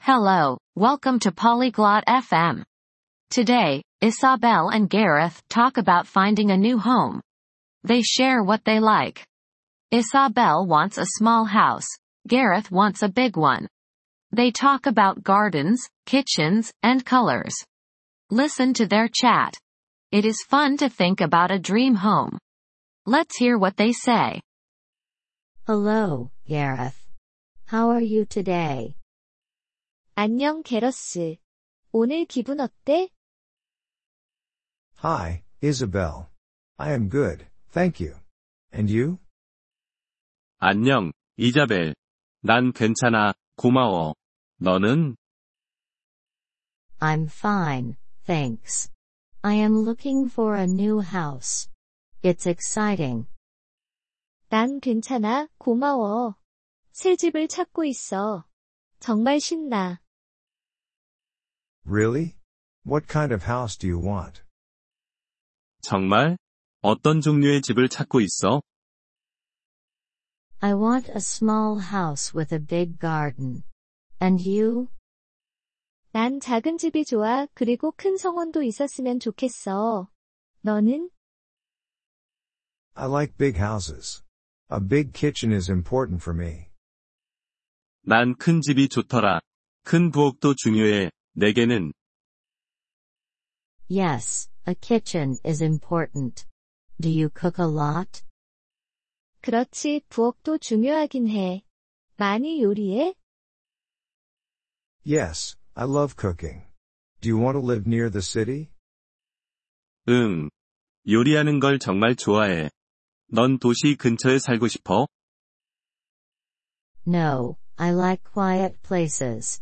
Hello, welcome to Polyglot FM. Today, Isabel and Gareth talk about finding a new home. They share what they like. Isabel wants a small house. Gareth wants a big one. They talk about gardens, kitchens, and colors. Listen to their chat. It is fun to think about a dream home. Let's hear what they say. Hello, Gareth. How are you today? 안녕 게러스. 오늘 기분 어때? Hi, Isabel. I am good, thank you. And you? 안녕, 이자벨. 난 괜찮아, 고마워. 너는? I'm fine, thanks. I am looking for a new house. It's exciting. 난 괜찮아, 고마워. 새 집을 찾고 있어. 정말 신나. Really? What kind of house do you want? 정말? 어떤 종류의 집을 찾고 있어? I want a small house with a big garden. And you? 난 작은 집이 좋아, 그리고 큰 정원도 있었으면 좋겠어. 너는? I like big houses. A big kitchen is important for me. 난 큰 집이 좋더라. 큰 부엌도 중요해. 내게는 Yes, a kitchen is important. Do you cook a lot? 그렇지, 부엌도 중요하긴 해. 많이 요리해? Yes, I love cooking. Do you want to live near the city? 응. 요리하는 걸 정말 좋아해. 넌 도시 근처에 살고 싶어? No, I like quiet places.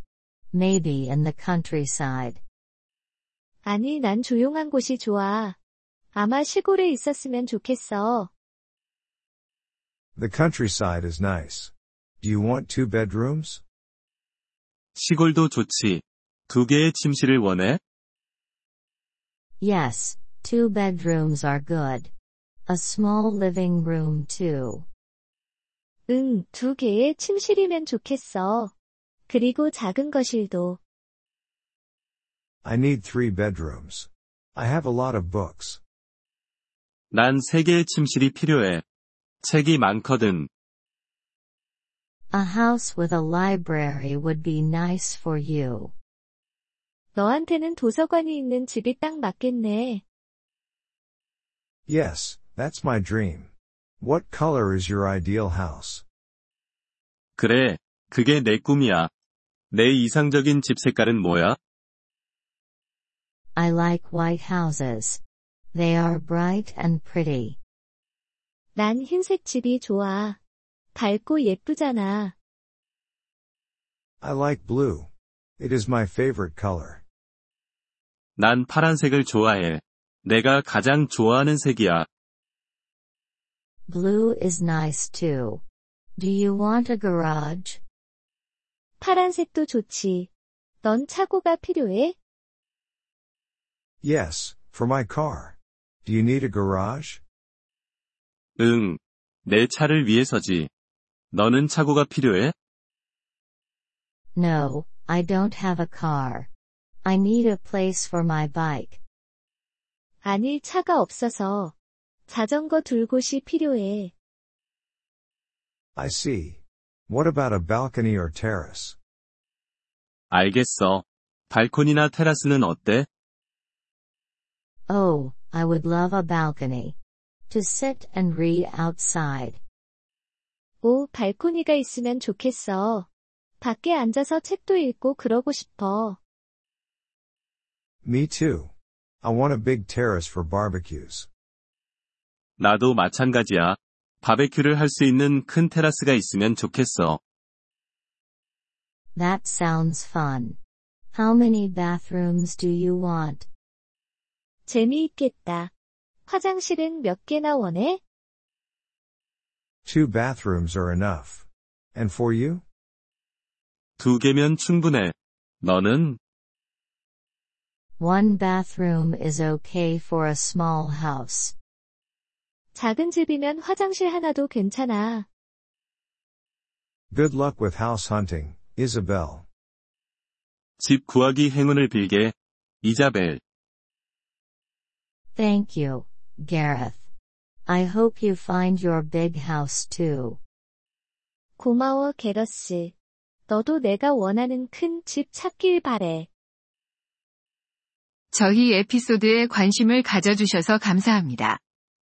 Maybe in the countryside. 아니, 난 조용한 곳이 좋아. 아마 시골에 있었으면 좋겠어. The countryside is nice. Do you want two bedrooms? 시골도 좋지. 두 개의 침실을 원해? Yes, two bedrooms are good. A small living room too. 응, 두 개의 침실이면 좋겠어. 그리고 작은 거실도. I need three bedrooms. I have a lot of books. 난 세 개의 침실이 필요해. 책이 많거든. A house with a library would be nice for you. 너한테는 도서관이 있는 집이 딱 맞겠네. Yes, that's my dream. What color is your ideal house? 그래. 그게 내 꿈이야. 내 이상적인 집 색깔은 뭐야? I like white houses. They are bright and pretty. 난 흰색 집이 좋아. 밝고 예쁘잖아. I like blue. It is my favorite color. 난 파란색을 좋아해. 내가 가장 좋아하는 색이야. Blue is nice too. Do you want a garage? 파란색도 좋지. 넌 차고가 필요해? Yes, for my car. Do you need a garage? 응. 내 차를 위해서지. 너는 차고가 필요해? No, I don't have a car. I need a place for my bike. 아니, 차가 없어서. 자전거 둘 곳이 필요해. I see. What about a balcony or terrace? 알겠어. 발코니나 테라스는 어때? Oh, I would love a balcony. To sit and read outside. 오, 발코니가 있으면 좋겠어. 밖에 앉아서 책도 읽고 그러고 싶어. Me too. I want a big terrace for barbecues. 나도 마찬가지야. 바베큐를 할 수 있는 큰 테라스가 있으면 좋겠어. That sounds fun. How many bathrooms do you want? 재미있겠다. 화장실은 몇 개나 원해? Two bathrooms are enough. And for you? 두 개면 충분해. 너는? One bathroom is okay for a small house. 작은 집이면 화장실 하나도 괜찮아. Good luck with house hunting, Isabel. 집 구하기 행운을 빌게. 이자벨. Thank you, Gareth. I hope you find your big house too. 고마워, 게러스. 너도 내가 원하는 큰 집 찾길 바래. 저희 에피소드에 관심을 가져주셔서 감사합니다.